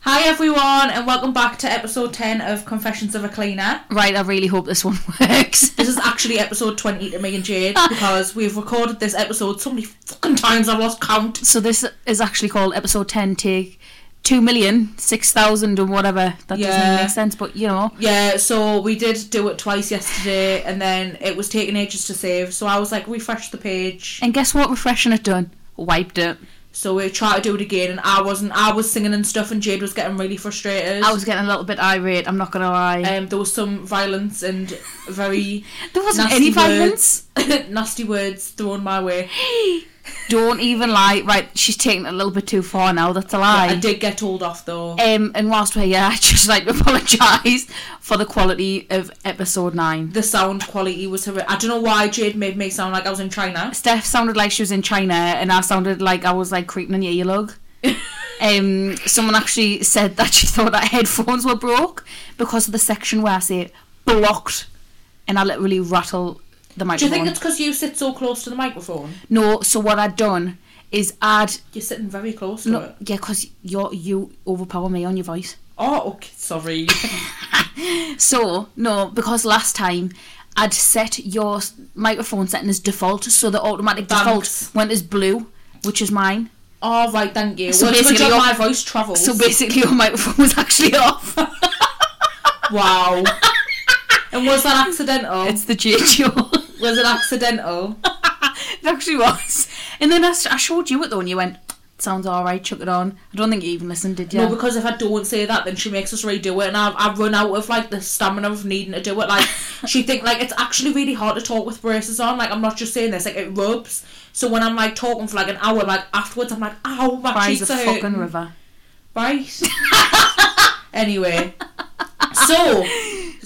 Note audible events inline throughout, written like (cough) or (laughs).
Hi everyone, and welcome back to episode 10 of Confessions of a Cleaner. Right, I really hope this one (laughs) works. This is actually episode 20 to me and (laughs) Jade because we've recorded this episode so many fucking times I've lost count. so this is actually called episode 10 take 2 million 6000 and whatever. That Yeah. doesn't make sense, but you know. Yeah, so we did do it twice yesterday, and then it was taking ages to save, so I was like, refresh the page. And guess what refreshing it done? Wiped it. So we tried to do it again, and I wasn't, I was singing and stuff, and Jade was getting really frustrated. I was getting a little bit irate, I'm not going to lie. um, there was some violence and very (laughs) there wasn't nasty any violence. words- nasty words thrown my way. Don't even lie. Right, she's taking it a little bit too far now. That's a lie. I did get told off though. Um, and whilst we're here, (laughs) I'd just like to apologise for the quality of episode 9. the sound quality was horrific. I don't know why Jade made me sound like I was in (laughs) China. Steph sounded like she was in China, and I sounded like I was like creeping in your earlug. um, someone actually said that she thought that headphones were broke because of the section where I say blocked, and I literally rattle the Do microphone. you think it's because you sit so close to the microphone? no, so what I'd done is I'd You're sitting very close to no, it. yeah, because you you overpower me on your voice. Oh, okay, sorry. (laughs) So no, because last time I'd set your s- microphone setting as default, so the automatic Thanks. default went as blue, which is mine. oh, right, thank you. So well, it's a good basically job you're- my voice travels. So basically, your microphone was actually (laughs) off. (laughs) wow. and was that accidental? It's the JHO. was it accidental? (laughs) it actually was. And then I, s- I showed you it though, and you went, "Sounds all right, chuck it on." I don't think you even listened, did you? No, because if I don't say that, then she makes us redo it, and I, I run out of like the stamina of needing to do it. (laughs) Like she think like it's actually really hard to talk with braces on. Like I'm not just saying this, like it rubs. So when I'm like talking for like an hour, like afterwards, I'm like, ow, my Cries cheeks a are fucking hurting." river. (laughs) Right. anyway, so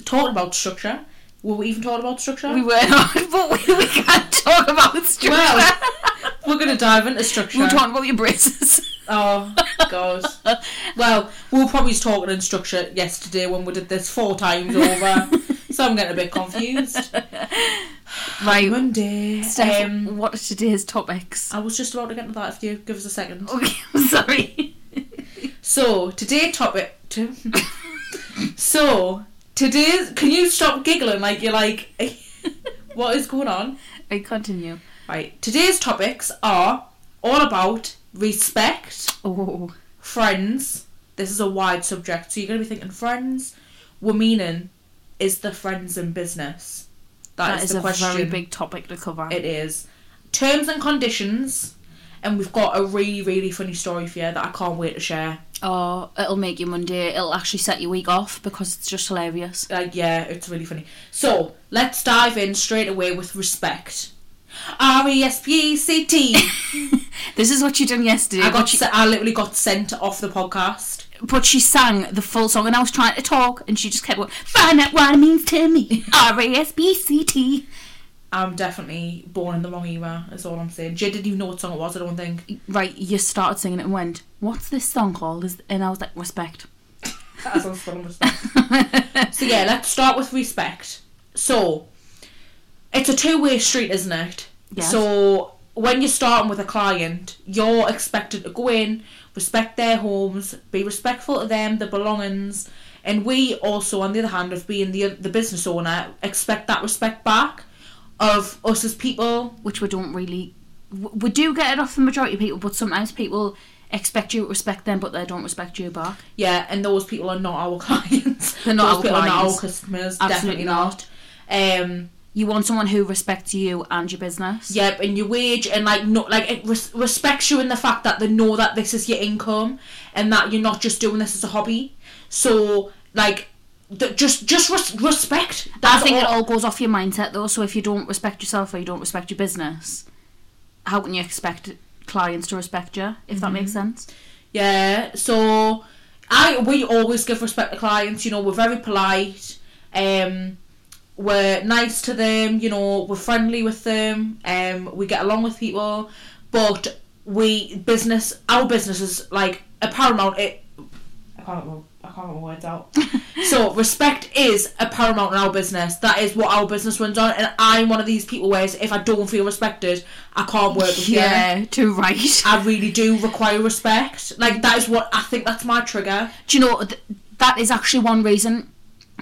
talking about structure, were we even talking about structure? We were not, (laughs) but we, we can't talk about structure. (laughs) Well, We're gonna dive into structure. we were talking about your braces. (laughs) Oh God. Well, we were probably talking in structure yesterday when we did this four times (laughs) over. so I'm getting a bit confused. (sighs) Right, Monday. Steph, Um, what are today's topics? (laughs) I was just about to get to that if you give us a second. Okay, I'm sorry. (laughs) So today topic to (laughs) So today's can you stop giggling like you're like (laughs) what is going on? I continue. Right. Today's topics are all about respect. Oh, friends this is a wide subject so you're going to be thinking friends we're meaning is the friends in business that is, the a question very big topic to cover. it is terms and conditions and we've got a really really funny story for you that i can't wait to share oh, it'll make your Monday. It'll actually set your week off because it's just hilarious. like yeah it's really funny so let's dive in straight away with respect E r-e-s-p-e-c-t (laughs) This is what you done yesterday. i got What you- se- i literally got sent off the podcast but she sang the full song and I was trying to talk and she just kept going, find out what it means to me. (laughs) R A S B C T. i'm definitely born in the wrong era that's all i'm saying jay didn't even know what song it was i don't think Right, you started singing it and went, What's this song called? Is- And I was like, Respect. That sounds fun, doesn't it? so yeah, let's start with respect. So it's a two-way street, isn't it? Yes. So when you're starting with a client, you're expected to go in, respect their homes, be respectful to them, their belongings, and we also, on the other hand, of being the the business owner, expect that respect back of us as people. (laughs) Which we don't really. w- We do get it off the majority of people, but sometimes people expect you to respect them, but they don't respect you back. Yeah, and those people are not our (laughs) clients. They're not those our people are not our clients. customers. definitely Absolutely not. Um, You want someone who respects you and your business. Yep, and your wage and like no, like it res- respects you in the fact that they know that this is your income and that you're not just doing this as a hobby. So like, th- just just res- respect. I That's think it all. all goes off your mindset though, so if you don't respect yourself or you don't respect your business, how can you expect clients to respect you, if that makes Mm-hmm. sense? Yeah. So I we always give respect to clients. You know, we're very polite. Um, we're nice to them. You know, we're friendly with them. Um, we get along with people, but we business our business is like a paramount. It, can't remember, I can't remember words out. so respect is a paramount in our business. That is what our business runs on, and I'm one of these people where if I don't feel respected, I can't work with you. Yeah, too right. I really do require respect. Like that is what I think. That's my trigger. Do you know th- that is actually one reason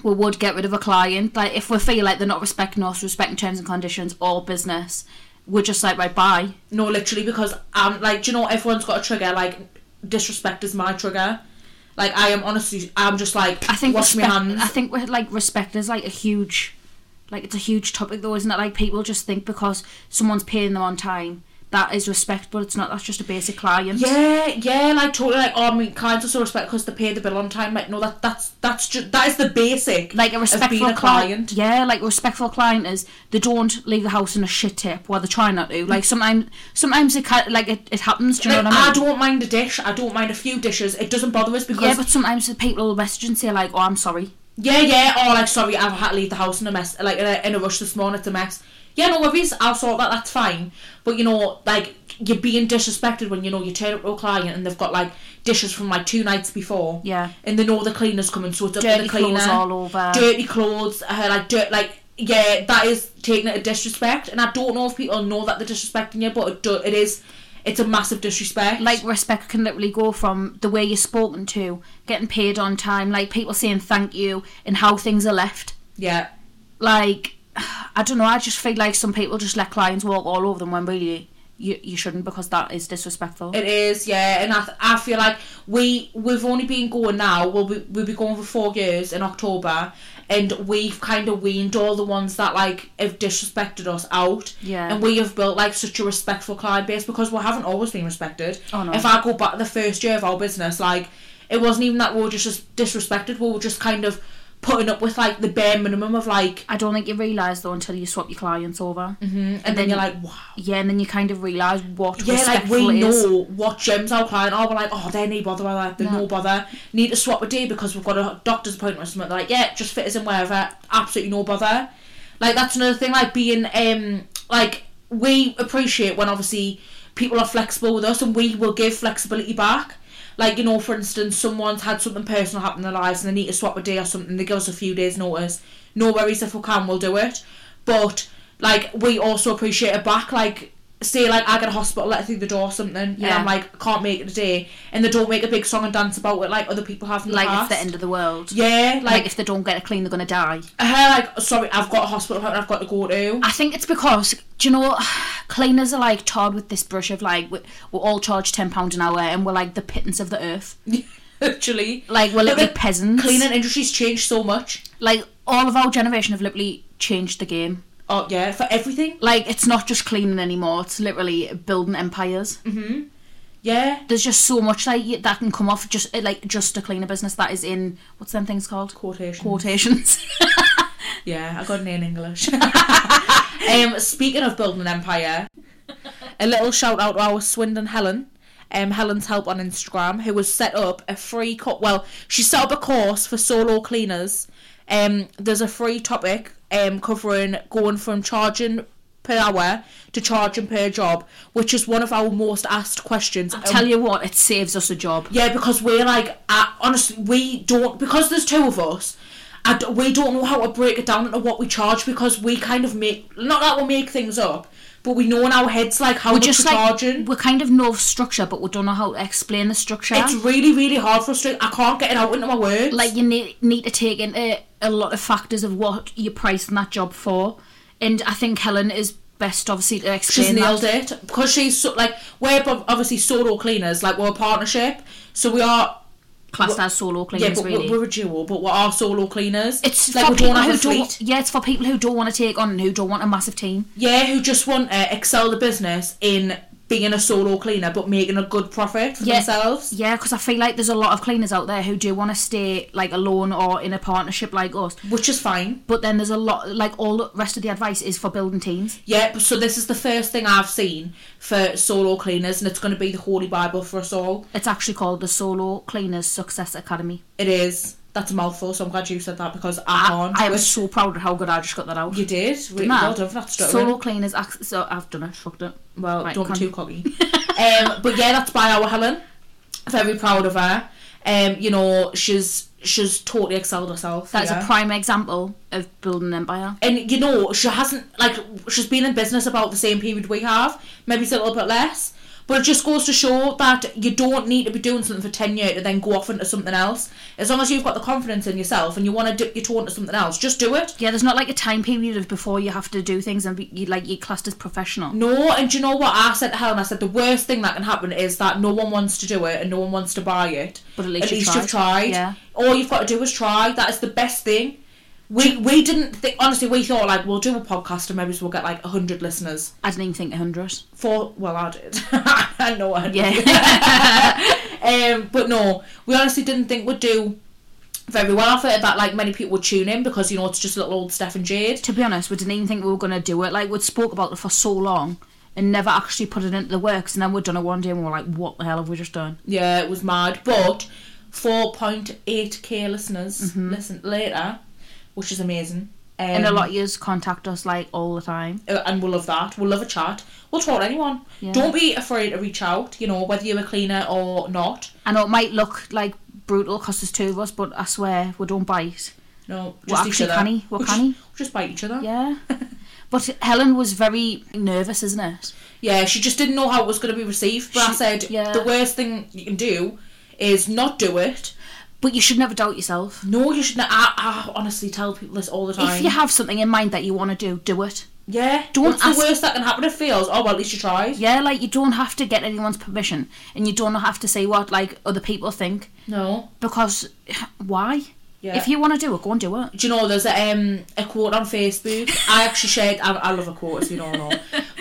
we would get rid of a client? Like if we feel like they're not respecting us, respecting terms and conditions or business, we're just like right bye. No, literally, because um, like, do you know everyone's got a trigger? Like, disrespect is my trigger. Like, I am honestly, I'm just like, I think wash my respect- hands. I think we're, like respect is like a huge, like it's a huge topic though, isn't it? Like people just think because someone's paying them on time that is respect, but it's not. That's just a basic client. Yeah, yeah, like totally. Like, oh, I mean, clients are so respect because they pay the bill on time. Like, no, that that's that's just that is the basic. Like a of respectful being a cli- client. Yeah, like a respectful client is they don't leave the house in a shit tip while they try not to. Like sometimes, sometimes it ca like it, it happens. Do you Like, know what I mean? I don't mind a dish. I don't mind a few dishes. It doesn't bother us because Yeah, but sometimes the people will message and say like, "Oh, I'm sorry." Yeah, yeah. Oh, like sorry, I've had to leave the house in a mess, like in a, in a rush this morning. It's a mess. Yeah, no worries. I'll sort that. That's fine. But you know, like you're being disrespected when you know you turn up to a client and they've got like dishes from like two nights before. Yeah. And they know the cleaner's coming, so it's up to Dirty the cleaner. clothes all over. Dirty clothes. Uh, like dirt. Like yeah, that is taking it a disrespect. And I don't know if people know that they're disrespecting you, but it do, it is. It's a massive disrespect. Like respect can literally go from the way you're spoken to, getting paid on time, like people saying thank you, and how things are left. yeah. Like, I don't know. I just feel like some people just let clients walk all over them when really you you shouldn't because that is disrespectful. It is, yeah, and I, I feel like we we've only been going now. We'll be, we'll be going for four years in October, and we've kind of weaned all the ones that like have disrespected us out. Yeah. and we have built like such a respectful client base because we haven't always been respected. Oh, no. If I go back to the first year of our business, like it wasn't even that we were just disrespected. We were just kind of putting up with like the bare minimum of like, I don't think you realise though until you swap your clients over. and, then, you're then you- like, wow. Yeah, and then you kind of realise what Yeah, like respectful we it is. know what gyms our client are. We're like, oh, they're no bother, by that. they're no. bother. Need to swap a day because we've got a doctor's appointment or something. They're like, yeah, just fit us in wherever. Absolutely no bother. Like that's another thing. Like being, um, like we appreciate when obviously people are flexible with us, and we will give flexibility back. Like you know, for instance, someone's had something personal happen in their lives, and they need to swap a day or something. They give us a few days' notice. No worries if we can, we'll do it. But like we also appreciate it back. Like say like I get a hospital letter through the door or something, and Yeah. I'm like can't make it today, and they don't make a big song and dance about it like other people have in the Like past. it's the end of the world. yeah, Like, like, if they don't get it clean, they're gonna die. her like sorry, I've got a hospital appointment I've got to go to. (laughs) I think it's because do you know what? (sighs) cleaners are like tarred with this brush of like we- we're all charged ten pound an hour and we're like the pittance of the earth. Literally, Like we're But literally the peasants. cleaning industry's changed so much. Like all of our generation have literally changed the game. Oh yeah, for everything. Like it's not just cleaning anymore. It's literally building empires. Mm. Yeah, There's just so much like y- that can come off just eh, like just a cleaner business that is in what's them things called quotation. quotations. (laughs) Um, Yeah, I got an A in English. um, speaking of building an empire, a little shout out to our Swindon Helen, um, Helen's help on Instagram, who has set up a free co- well, she set up a course for solo cleaners. Um, there's a free topic um covering going from charging per hour to charging per job, which is one of our most asked questions. Um, Tell you what, it saves us a job. yeah, because we're like, I, honestly, we don't because there's two of us. I d- we don't know how to break it down into what we charge because we kind of make not that we make things up, but we know in our heads like how We're much just we're like charging. we kind of know of structure, but we don't know how to explain the structure. It's really really hard for us to. I can't get it out into my words. like you need, need to take into a lot of factors of what you're pricing that job for and i think helen is best obviously to she's explain nailed that it because she's so, like we're bo- obviously solo cleaners like we're a partnership, so we are classed as solo yeah, cleaners but really we're, we're a duo, but we are solo cleaners. it's like for we don't people have who a fleet. don't yeah it's for people who don't want to take on and who don't want a massive team Yeah, who just want to excel the business in being a solo cleaner but making a good profit for Yeah. themselves. yeah because i feel like there's a lot of cleaners out there who do want to stay like alone or in a partnership like us Which is fine. but then there's a lot like all the rest of the advice is for building teams Yeah, but- so this is the first thing I've seen for solo cleaners, and it's going to be the holy bible for us all. it's actually called the solo cleaners success academy It is. That's a mouthful, so I'm glad you said that because I, i, can't. Ah, I am so proud of how good i just got that out you did. Really Nah. well done for not stuttering. Solo cleaners. ac- So I've done it. Fucked it. Well, Right, (laughs) don't be con- too cocky. um, but yeah, that's by our Helen. Very proud of her. um, you know, she's she's totally excelled herself. That is yeah. a prime example of building an empire. and you know she hasn't like she's been in business about the same period we have maybe it's a little bit less but it just goes to show that you don't need to be doing something for 10 years to then go off into something else as long as you've got the confidence in yourself and you want to dip your toe into something else just do it Yeah, there's not like a time period of before you have to do things and be, you like you're classed as professional. no and do you know what i said to helen i said the worst thing that can happen is that no one wants to do it and no one wants to buy it But at least you you've tried tried. Yeah. all you've got to do is try that is the best thing we, we didn't think honestly we thought like we'll do a podcast and maybe we'll get like 100 listeners I didn't even think a hundred. Four. Well, I did. (laughs) I know I did. (laughs) Yeah. um, but no, we honestly didn't think we'd do very well off it. That like many people would tune in because you know it's just little old Steph and Jade. to be honest, we didn't even think we were gonna do it. Like we'd spoke about it for so long and never actually put it into the works, and then we'd done it one day and we were like, what the hell have we just done? Yeah, it was mad. But four point eight k listeners listen later, which is amazing. Um, Mm-hmm. And a lot of yous contact us like all the time. uh, and we'll love that. We'll love a chat. We'll talk to anyone. Yeah. Don't be afraid to reach out. You know whether you're a cleaner or not. I know it might look like brutal because there's two of us, but I swear we don't bite. No, We're just each actually other. canny. We're We'll just- canny. we'll just bite each other. Yeah. (laughs) but Helen was very nervous, isn't it? Yeah, she just didn't know how it was going to be received. But I She- said yeah. the worst thing you can do is not do it. But you should never doubt yourself. No, you shouldn't. I, I honestly tell people this all the time. If you have something in mind that you want to do, do it. yeah, Don't what's ask- the worst that can happen? It fails. Oh well, at least you tried. Yeah, like you don't have to get anyone's permission and you don't have to say what like other people think No. because (sighs) why? Yeah. If you want to do it, go and do it. (laughs) Do you know there's a, um, a quote on Facebook? I actually shared. I, I love a quote, if you don't know,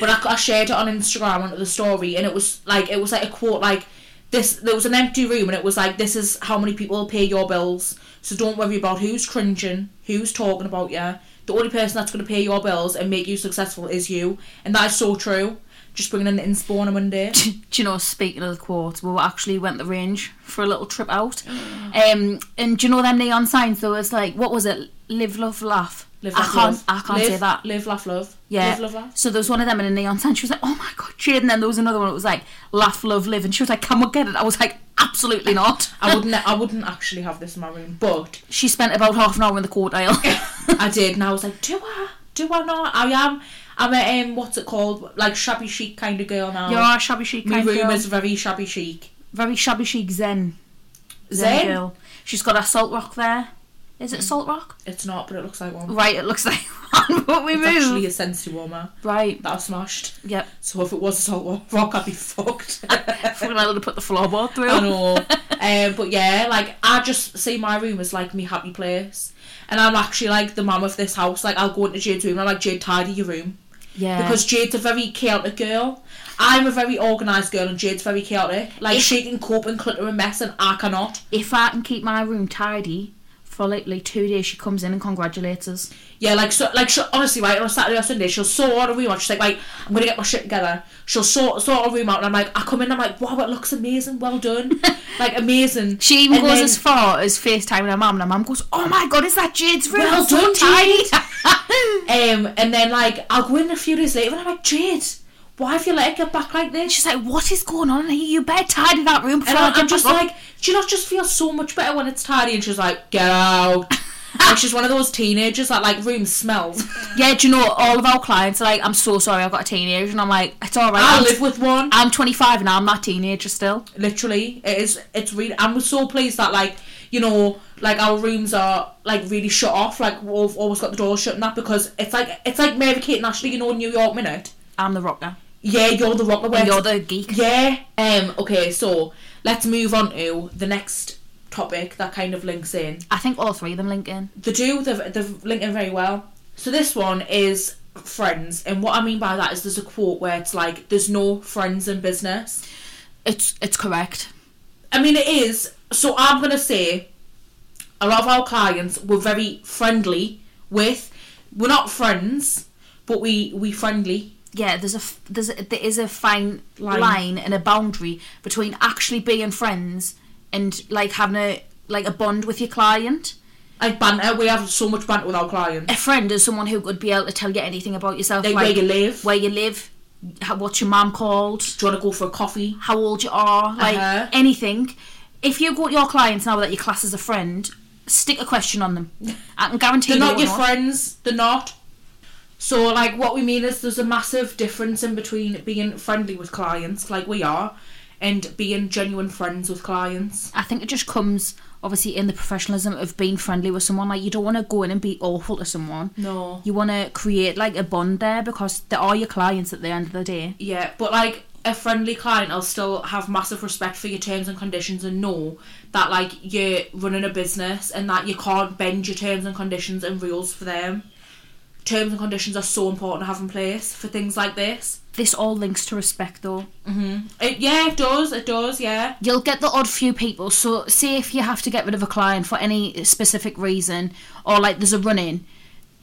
but I, I shared it on Instagram under the story, and it was like it was like a quote like this. There was an empty room, and it was like this is how many people pay your bills. So don't worry about who's cringing, who's talking about you. The only person that's going to pay your bills and make you successful is you, and that is so true. Just bringing in the inspo on a Monday. do you know, speaking of the quotes, we actually went the range for a little trip out. (gasps) Um, and do you know them neon signs? There was like, what was it? Live, love, laugh. Live, I laugh, can't, love. I can't live, say that. Live, laugh, love. Yeah. Live, love, laugh. So there was one of them in a neon sign. She was like, "Oh my god, Jade!" And then there was another one. It was like, "Laugh, love, live." And she was like, "Can we get it?" I was like, (laughs) "Absolutely not." I wouldn't. I wouldn't actually have this in my room, but. (laughs) She spent about half an hour in the court aisle. (laughs) (laughs) I did, and I was like, do I? Do I not? I am. I'm a um, what's it called? Like shabby chic kind of girl now. You're a shabby chic My kind of room girl. is very shabby chic. very shabby chic zen. Zen? Mm. girl. She's got a salt rock there. Is it salt rock? It's not, but it looks like one. Right, it looks (laughs) like one, but we It's move. actually a sensory warmer Right. that I smashed. Yep. So if it was a salt rock, I'd be (laughs) fucked. Fucking able to put the floorboard through. I (laughs) know. um, but yeah, like I just see my room as like me happy place, and I'm actually like the mum of this house. Like I'll go into Jade's room, and I'm like Jade, tidy your room. Yeah. because Jade's a very chaotic girl. I'm a very organised girl, and Jade's very chaotic. Like she can cope and clutter and mess, and I cannot. if I can keep my room tidy for literally two days, she comes in and congratulates us. Yeah, like so, like she honestly, right on a Saturday or Sunday, she'll sort a room out. She's like, right, I'm gonna get my shit together. She'll sort sort a room out, and I'm like, I come in, I'm like, wow, it looks amazing, well (laughs) done, like amazing. She even And goes then- as far as FaceTiming her mum, and her mum goes, "Oh my god, is that Jade's (laughs) room? Well It's so done, Jade." tidy." (laughs) um, and then like I'll go in a few days later, and I'm like, Jade, why have you let it get back like this? (laughs) She's like, "What is going on in here? You better tidy that room before And I I, get I'm just back up." like, do you not just feel so much better when it's tidy? And she's like, get out. like she's one of those teenagers that like room smells. "Yeah, do you know all of our clients are like, I'm so sorry, I've got a teenager," and I'm like, "It's all right. I I'm, live with one. I'm 25 and I'm that teenager still." Literally, it is. It's really. I'm so pleased that like you know like our rooms are like really shut off. Like we've always got the doors shut and that because it's like it's like Mary Kate and Ashley. You know, New York minute. I'm the rocker. Yeah, you're the rocker. where You're the geek. Yeah. Um. Okay. So let's move on to the next topic that kind of links in. I think all three of them link in. They do. They've, they've linked in very well. So this one is friends, and what I mean by that is there's a quote where it's like there's no friends in business. It's it's correct. I mean it is. So I'm gonna say a lot of our clients we're very friendly with. We're not friends, but we we friendly. yeah, there's a f- there's a, there is a fine Line. line. and a boundary between actually being friends and like having a like a bond with your client. Like banter, we have so much banter with our clients. A friend is someone who could be able to tell you anything about yourself, Like, where you live. where you live, how, what's your mum called, Do you want to go for a coffee? how old you are, like Uh-huh. anything. if you go to your clients now that you class as a friend, stick a question on them. I can guarantee They're you not they your will friends. They're not. So, like, what we mean is there's a massive difference in between being friendly with clients, like we are, and being genuine friends with clients. I think it just comes obviously in the professionalism of being friendly with someone. Like you don't want to go in and be awful to someone. No. You want to create like a bond there because they are your clients at the end of the day. Yeah, but like a friendly client, I'll still have massive respect for your terms and conditions and know that like you're running a business and that you can't bend your terms and conditions and rules for them. Terms and conditions are so important to have in place for things like this. This all links to respect though. It, yeah, it does. It does. Yeah. You'll get the odd few people. So say if you have to get rid of a client for any specific reason or like there's a run in,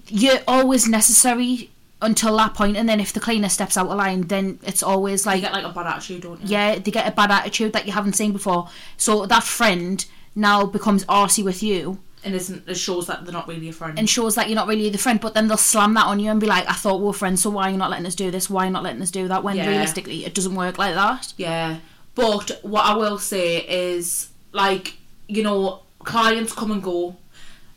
you're always necessary until that point and then if the cleaner steps out of line then it's always You like get like a bad attitude, don't you? yeah, they get a bad attitude that you haven't seen before. So that friend now becomes arsey with you And isn't it shows that they're not really a friend. and shows that you're not really the friend, but then they'll slam that on you and be like, I thought we were friends, so why are you not letting us do this? Why are you not letting us do that? When Yeah. realistically, it doesn't work like that. Yeah. But what I will say is, like, you know, clients come and go.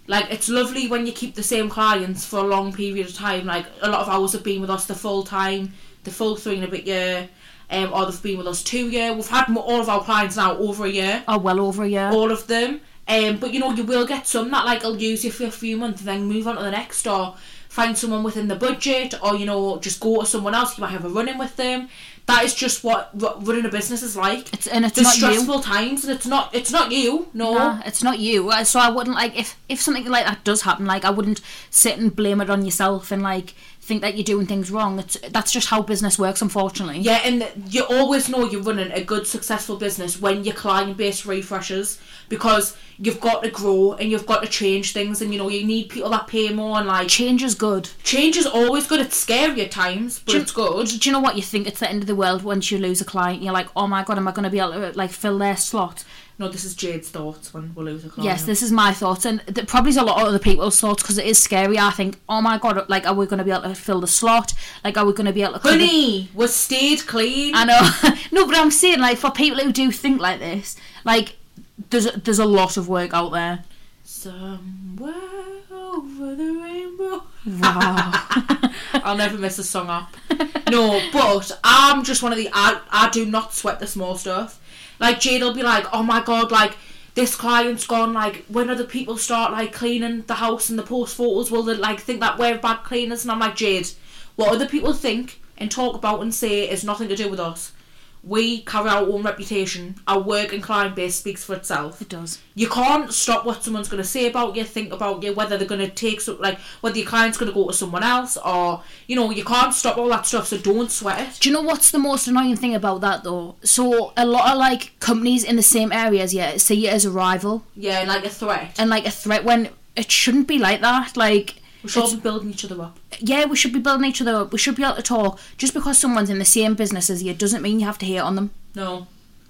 Like, it's lovely when you keep the same clients for a long period of time. Like, a lot of ours have been with us the full time, the full three and a bit year, um, or they've been with us two year. We've had mo- all of our clients now over a year, Oh, well over a year. all of them. Um, but you know, you will get some that like will use you for a few months, and then move on to the next, or find someone within the budget, or you know, just go to someone else. You might have a run in with them. That is just what r- running a business is like It's, and it's the not you. stressful times, and it's not it's not you. No, Nah, it's not you. Uh, So I wouldn't like if if something like that does happen. Like I wouldn't sit and blame it on yourself and like think that you're doing things wrong. It's, that's just how business works, unfortunately. yeah, and you always know you're running a good successful business when your client base refreshes because you've got to grow and you've got to change things, and you know you need people that pay more and like Change is good. change is always good. It's scary at times, but Do- it's good. Do you know what you think? It's the end of the world once you lose a client. You're like, oh my god, am I going to be able to like fill their slot? No, this is Jade's thoughts when we lose a client. Yes, this is my thoughts, and th- probably is a lot of other people's thoughts because it is scary. I think, oh my god, like, are we going to be able to fill the slot? Like, are we going to be able to? cover- Honey was stayed clean. I know, (laughs) no, but I'm saying like for people who do think like this, like there's there's a lot of work out there. Somewhere over the rainbow. (laughs) Wow. I'll never miss a song up. No, but I'm just one of the I, I do not sweat the small stuff. Like Jade'll be like, oh my god, like this client's gone. Like when other people start like cleaning the house and the post photos, will they like think that we're bad cleaners? And I'm like, Jade, what other people think and talk about and say is nothing to do with us. We carry our own reputation. Our work and client base speaks for itself it does. you can't stop what someone's going to say about you, think about you, whether they're going to take some, like whether your client's going to go to someone else, or you know, you can't stop all that stuff. So don't sweat it. Do you know what's the most annoying thing about that though? So a lot of like companies in the same area as you see it as a rival Yeah, and, like a threat. and like a threat when it shouldn't be like that. Like We should all be building each other up. yeah, we should be building each other up. We should be able to talk. Just because someone's in the same business as you doesn't mean you have to hate on them. No,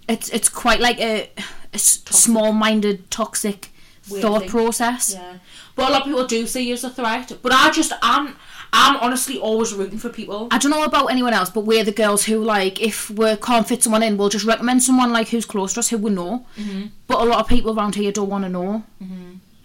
It's it's quite like a, a s- small-minded, toxic Weird thought thing. process. yeah, but a lot of people do see you as a threat. But I just am, I'm honestly always rooting for people. I don't know about anyone else, but we're the girls who like if we can't fit someone in, we'll just recommend someone like who's close to us who we know. Mm-hmm. But a lot of people around here don't want to know.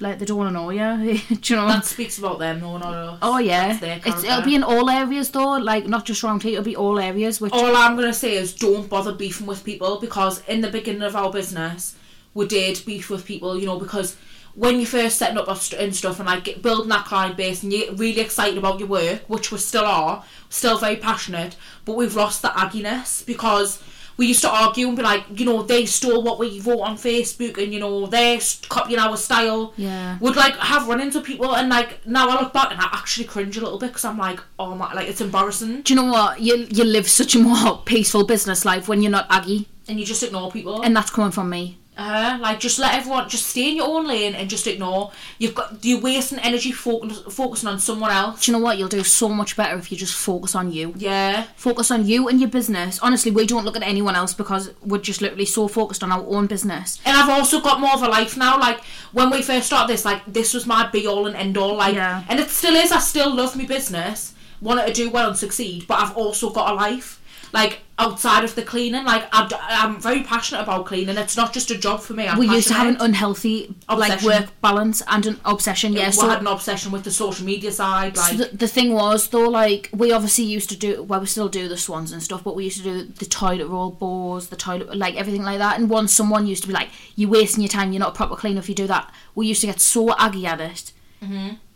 Like they don't want to know. Yeah, (laughs) do you know? That speaks about them, no, not us. oh yeah, their it's, it'll character. be in all areas though. Like not just around here, it'll be all areas. Which all I'm gonna say is don't bother beefing with people because in the beginning of our business, we did beef with people, you know, because when you're first setting up us- and stuff and like get- building that client base and you're really excited about your work, which we still are, still very passionate, but we've lost the agginess because we used to argue and be like, you know, they stole what we wrote on Facebook and you know they're s- copying our style. Yeah. would like have run into people and like now I look back and I actually cringe a little bit because I'm like, oh my, like it's embarrassing do you know what? You you live such a more peaceful business life when you're not Aggie, and you just ignore people. and that's coming from me. Uh, like just let everyone just stay in your own lane and just ignore. You've got you're wasting energy focus, focusing on someone else. Do you know what? You'll do so much better if you just focus on you. Yeah, Focus on you and your business. Honestly, we don't look at anyone else because we're just literally so focused on our own business. and I've also got more of a life now. Like when we first started this, like this was my be all and end all. Like, Yeah. and it still is. I still love my business, want it to do well and succeed, but I've also got a life. like outside of the cleaning. Like I'm, I'm very passionate about cleaning. It's not just a job for me. I'm we used to have an passionate. unhealthy like Obsession. work balance and an obsession. Yeah, we so had an obsession with the social media side. Like So the, the thing was though, like we obviously used to do, well, we still do the swans and stuff, but we used to do the toilet roll bores, the toilet, like everything like that. And once someone used to be like, "You're wasting your time. You're not a proper cleaner if you do that." We used to get so aggy at it.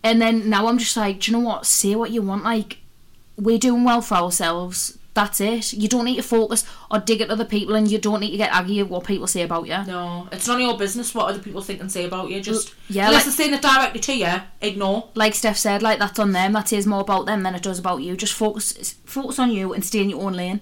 And then now I'm just like, do you know what? Say what you want. Like we're doing well for ourselves. That's it. You don't need to focus or dig at other people, and you don't need to get aggy at what people say about you. no, it's none of your business what other people think and say about you. Just yeah, unless like- they're saying it directly to you, ignore. like Steph said, like that's on them. That says more about them than it does about you. Just focus, focus on you and stay in your own lane.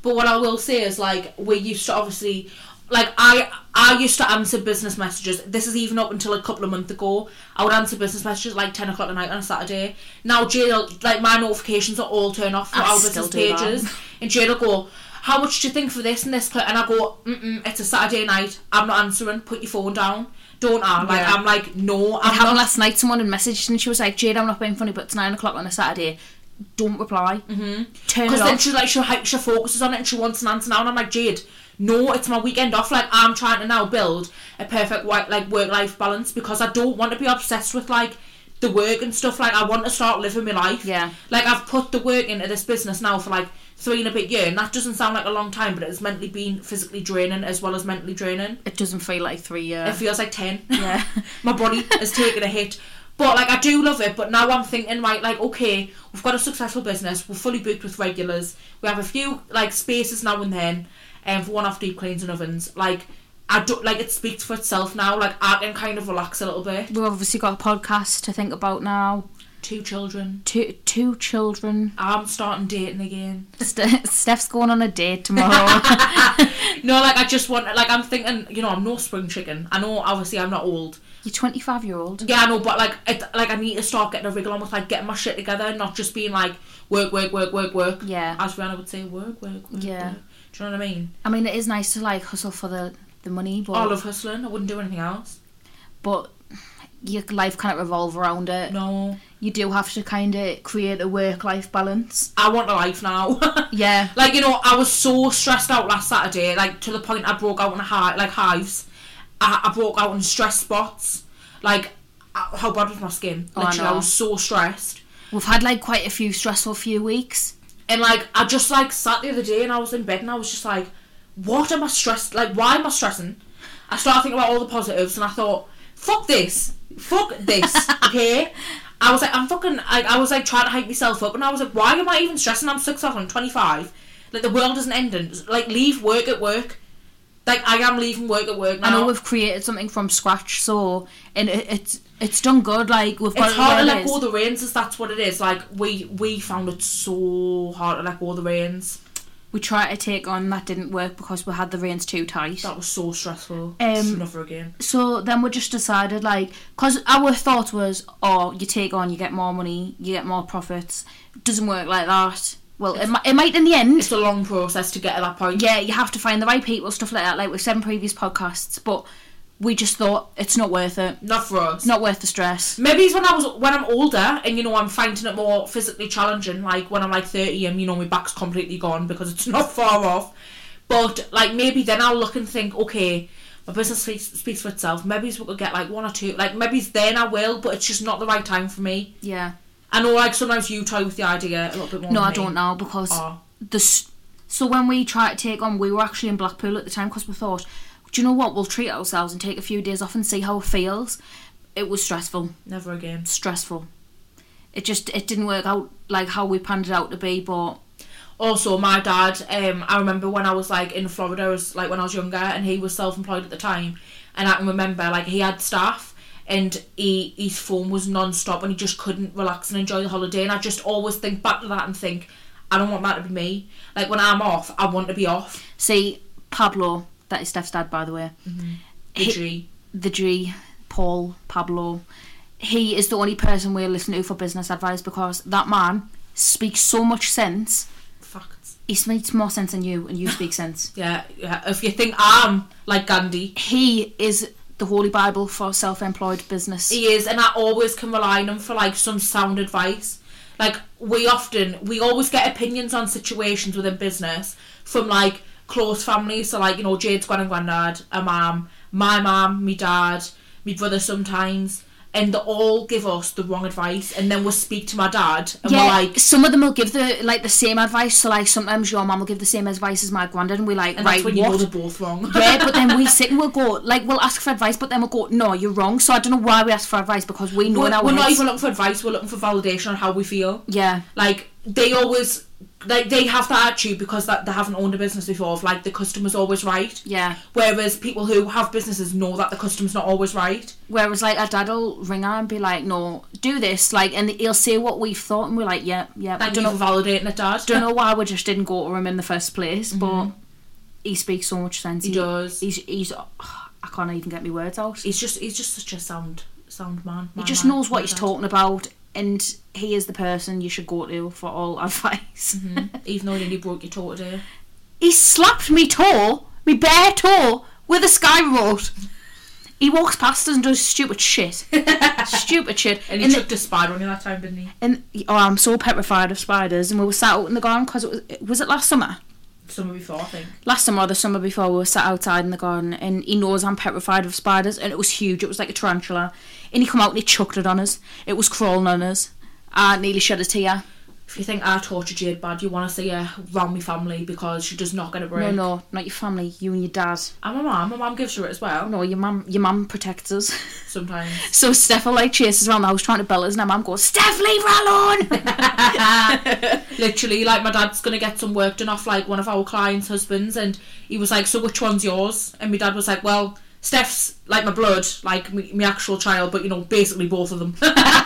But what I will say is like we used to obviously like I I used to answer business messages. This is even up until a couple of months ago. I would answer business messages like ten o'clock at night on a Saturday. Now Jada like my notifications are all turned off for I our still business do that. pages. (laughs) And Jada go, How much do you think for this and this clip? And I go, Mm mm, it's a Saturday night, I'm not answering, put your phone down. Don't I? Like Yeah. I'm like, no, It I'm happened not last night. Someone had messaged and she was like, "Jade, I'm not being funny, but it's nine o'clock on a Saturday. Don't reply. Mm-hmm. Turn it Because then off." she like she hy- she focuses on it and she wants an answer now, and I'm like Jade, no, it's my weekend off. Like I'm trying to now build a perfect white like work life balance because I don't want to be obsessed with like the work and stuff. Like I want to start living my life. Yeah. Like I've put the work into this business now for like three and a bit year, and that doesn't sound like a long time, but it's mentally been physically draining as well as mentally draining. it doesn't feel like three It years. feels like ten. yeah. (laughs) my body has taken a hit. But like I do love it, but now I'm thinking right, like okay, we've got a successful business, we're fully booked with regulars, we have a few like spaces now and then, um, for one-off deep cleans and ovens. Like I do, like it speaks for itself now. Like I can kind of relax a little bit. We've obviously got a podcast to think about now. Two children, Two two children. I'm starting dating again. Ste- (laughs) Steph's going on a (laughs) date tomorrow. No, like I just want, like I'm thinking, you know, I'm no spring chicken. I know, obviously, I'm not old. You're 25 year old. Yeah, I know, but like, it, like I need to start getting a wriggle on with like getting my shit together, and not just being like work, work, work, work, work. Yeah. as Rihanna would say, work, work, work. Yeah. work. Do you know what I mean? I mean, it is nice to like hustle for the the money, but I love hustling. I wouldn't do anything else. but your life can't revolve around it. No. You do have to kind of create a work life balance. I want a life now. (laughs) Yeah. like, you know, I was so stressed out last Saturday, like, to the point I broke out in a hi- like hives. I, I broke out in stress spots. Like, I- how bad was my skin? Oh, I Literally, I know. was so stressed. We've had like quite a few stressful few weeks. And like I just like sat the other day and I was in bed and I was just like, what am I stressed? Like why am I stressing? I started thinking about all the positives and I thought, fuck this, fuck (laughs) this, okay. I was like, I'm fucking. I, I was like trying to hype myself up and I was like, why am I even stressing? I'm successful. I'm 25. Like the world isn't ending. Like leave work at work. Like I am leaving work at work now. I know we've created something from scratch, so and it, it's it's done good. Like we've got it's hard to it where it let is. go of the reins. Is that's what it is. Like we we found it so hard to let go of the reins. we tried to take on that didn't work because we had the reins too tight. That was so stressful. Um, Never again. So then we just decided like because our thought was, oh, you take on, you get more money, you get more profits. doesn't work like that. Well, it, mi- it might in the end. it's a long process to get to that point. yeah, you have to find the right people, stuff like that. Like we've said in previous podcasts, but we just thought it's not worth it. Not for us. It's not worth the stress. Maybe it's when I was when I'm older and you know I'm finding it more physically challenging. Like when I'm like 30 and you know my back's completely gone because it's (laughs) not far off. But like maybe then I'll look and think, okay, my business speaks, speaks for itself. Maybe we could get like one or two. Like maybe then I will, but it's just not the right time for me. Yeah. I know like sometimes you toy with the idea a little bit more. No, than I me. don't know because Oh. the s- so when we tried to take on, we were actually in Blackpool at the time because we thought, do you know what? We'll treat ourselves and take a few days off and see how it feels. It was stressful, Never again. stressful. It just it didn't work out like how we planned it out to be, but also my dad um i remember when i was like in florida I was like when i was younger and he was self-employed at the time and i can remember like he had staff and he his phone was non-stop and he just couldn't relax and enjoy the holiday and i just always think back to that and think i don't want that to be me like when i'm off i want to be off see Pablo, that is Steph's dad, by the way. the He- G. the G, Paul, Pablo, he is the only person we listen to for business advice because that man speaks so much sense. facts He speaks more sense than you, and you speak sense. yeah, yeah if you think i'm like gandhi He is the holy bible for self-employed business. He is, and I always can rely on him for like some sound advice. Like we often, we always get opinions on situations within business from like close family. So like you know, Jade's gran and granddad, a mum, my mum, me dad, me brother sometimes, and they all give us the wrong advice. And then we speak to my dad, and yeah, we're like, some of them will give the like the same advice. So like sometimes your mum will give the same advice as my granddad, and we're like, and right, that's when you what? know they're both wrong. (laughs) yeah, but then we sit and we'll go like we'll ask for advice, but then we'll go, no, you're wrong. So I don't know why we ask for advice because we (laughs) know we're, in our we're not heads- even looking for advice. We're looking for validation on how we feel. Yeah, like they always like they have that attitude because that they haven't owned a business before of like the customer's always right yeah. whereas people who have businesses know that the customer's not always right Whereas like our dad'll ring her and be like, no, do this, like, and he'll say what we've thought, and we're like, yeah, yeah. I thank don't you know, for validating it dad don't know why we just didn't go to him in the first place, but he speaks so much sense. Mm-hmm. he does He's he's. (sighs) I can't even get my words out. he's just he's just such a sound sound man he just knows what he's talking about and he is the person you should go to for all (laughs) advice even though he nearly broke your toe today (laughs) he slapped me toe me bare toe with a sky remote he walks past us and does stupid shit (laughs) stupid shit and he And chucked a spider on you that time didn't he and oh, I'm so petrified of spiders. And we were sat out in the garden because it was was it last summer? summer before I think Last summer or the summer before, we were sat outside in the garden, and he knows I'm petrified of spiders, and it was huge. It was like a tarantula, and he come out and he chucked it on us. It was crawling on us. I nearly shed a tear. if you think I torture Jade bad you want to see her round my family because she does not get a break No, no, not your family. You and your dad. and my mum my mum gives her it as well No, your mum. Your mum protects us. (laughs) sometimes So Steph will like chase us around the house trying to bell us, and our mum goes, "Steph, leave her alone." (laughs) Literally, like my dad's gonna get some work done off like one of our clients' husbands, and he was like, "So which one's yours?" And my dad was like, "Well, Steph's like my blood, like me, my actual child, but you know, basically both of them." (laughs)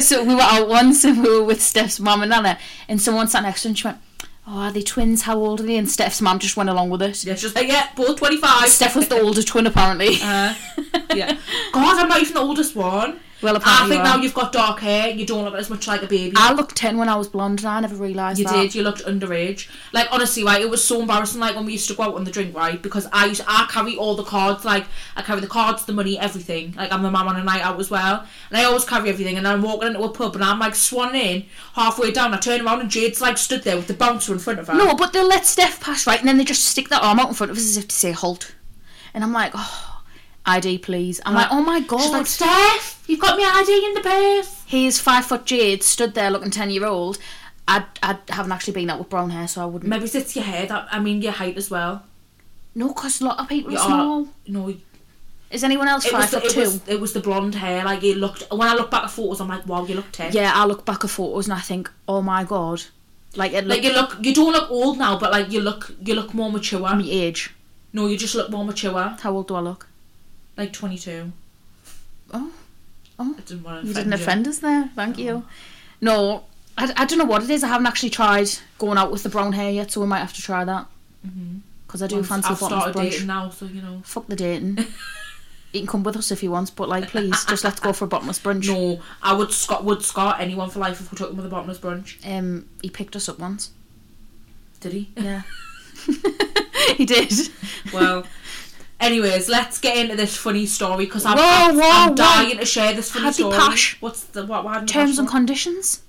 so we were out once, and we were with Steph's mum and nana, and someone sat next to her, and she went, "Oh, are they twins? How old are they?" And Steph's mum just went along with it. yeah, just like yeah, both twenty-five. (laughs) Steph was the older twin, apparently. Uh, (laughs) yeah. God, I'm not even the oldest one. well, I apparently, think you are. now you've got dark hair, you don't look as much like a baby. I looked ten when I was blonde, and I never realised You that. did. You looked underage. Like honestly, right? It was so embarrassing. Like when we used to go out on the drink, right? Because I used I carry all the cards. Like I carry the cards, the money, everything. Like I'm the mum on a night out as well, and I always carry everything. And I'm walking into a pub, and I'm like swanning in halfway down. I turn around, and Jade's like stood there with the bouncer in front of her. No, but they'll let Steph pass right, and then they just stick their arm out in front of us as if to say halt. And I'm like, oh, ID, please. I'm like, oh my god. She's like, Steph, you've got my ID in the purse. Here's five foot Jade stood there looking ten year old. I I haven't actually been out with brown hair, so I wouldn't. Maybe it's your hair. That I mean, your height as well. No, because a lot of people You are are- small. No, Is anyone else it five was, the, foot it two? was it was the blonde hair. Like it looked. When I look back at photos, I'm like, wow, you look ten. Yeah, I look back at photos and I think, oh my god, like it Like looked you look, you don't look old now, but like you look, you look more mature. my age. No, you just look more mature. How old do I look? Like 22. Oh. Oh. I didn't want to You didn't offend us there. Thank you. No, I, I don't know what it is. I haven't actually tried going out with the brown hair yet, so we might have to try that. Because I do I've, fancy Mm-hmm. I've started bottoms brunch. dating now, so you know. Fuck (laughs) the dating. he can come with us if he wants, but like, please, just let's go for a bottomless brunch. No, I would Scott would Scott anyone for life if we took him with a bottomless brunch. Um, he picked us (laughs) up once. Did he? Yeah. (laughs) he did. (laughs) well, anyways, let's get into this funny story because I'm, Whoa, I'm, whoa, I'm whoa. dying to share this funny Had the story. pash. What's the what? what (laughs) Oh, Terms and (sighs) conditions.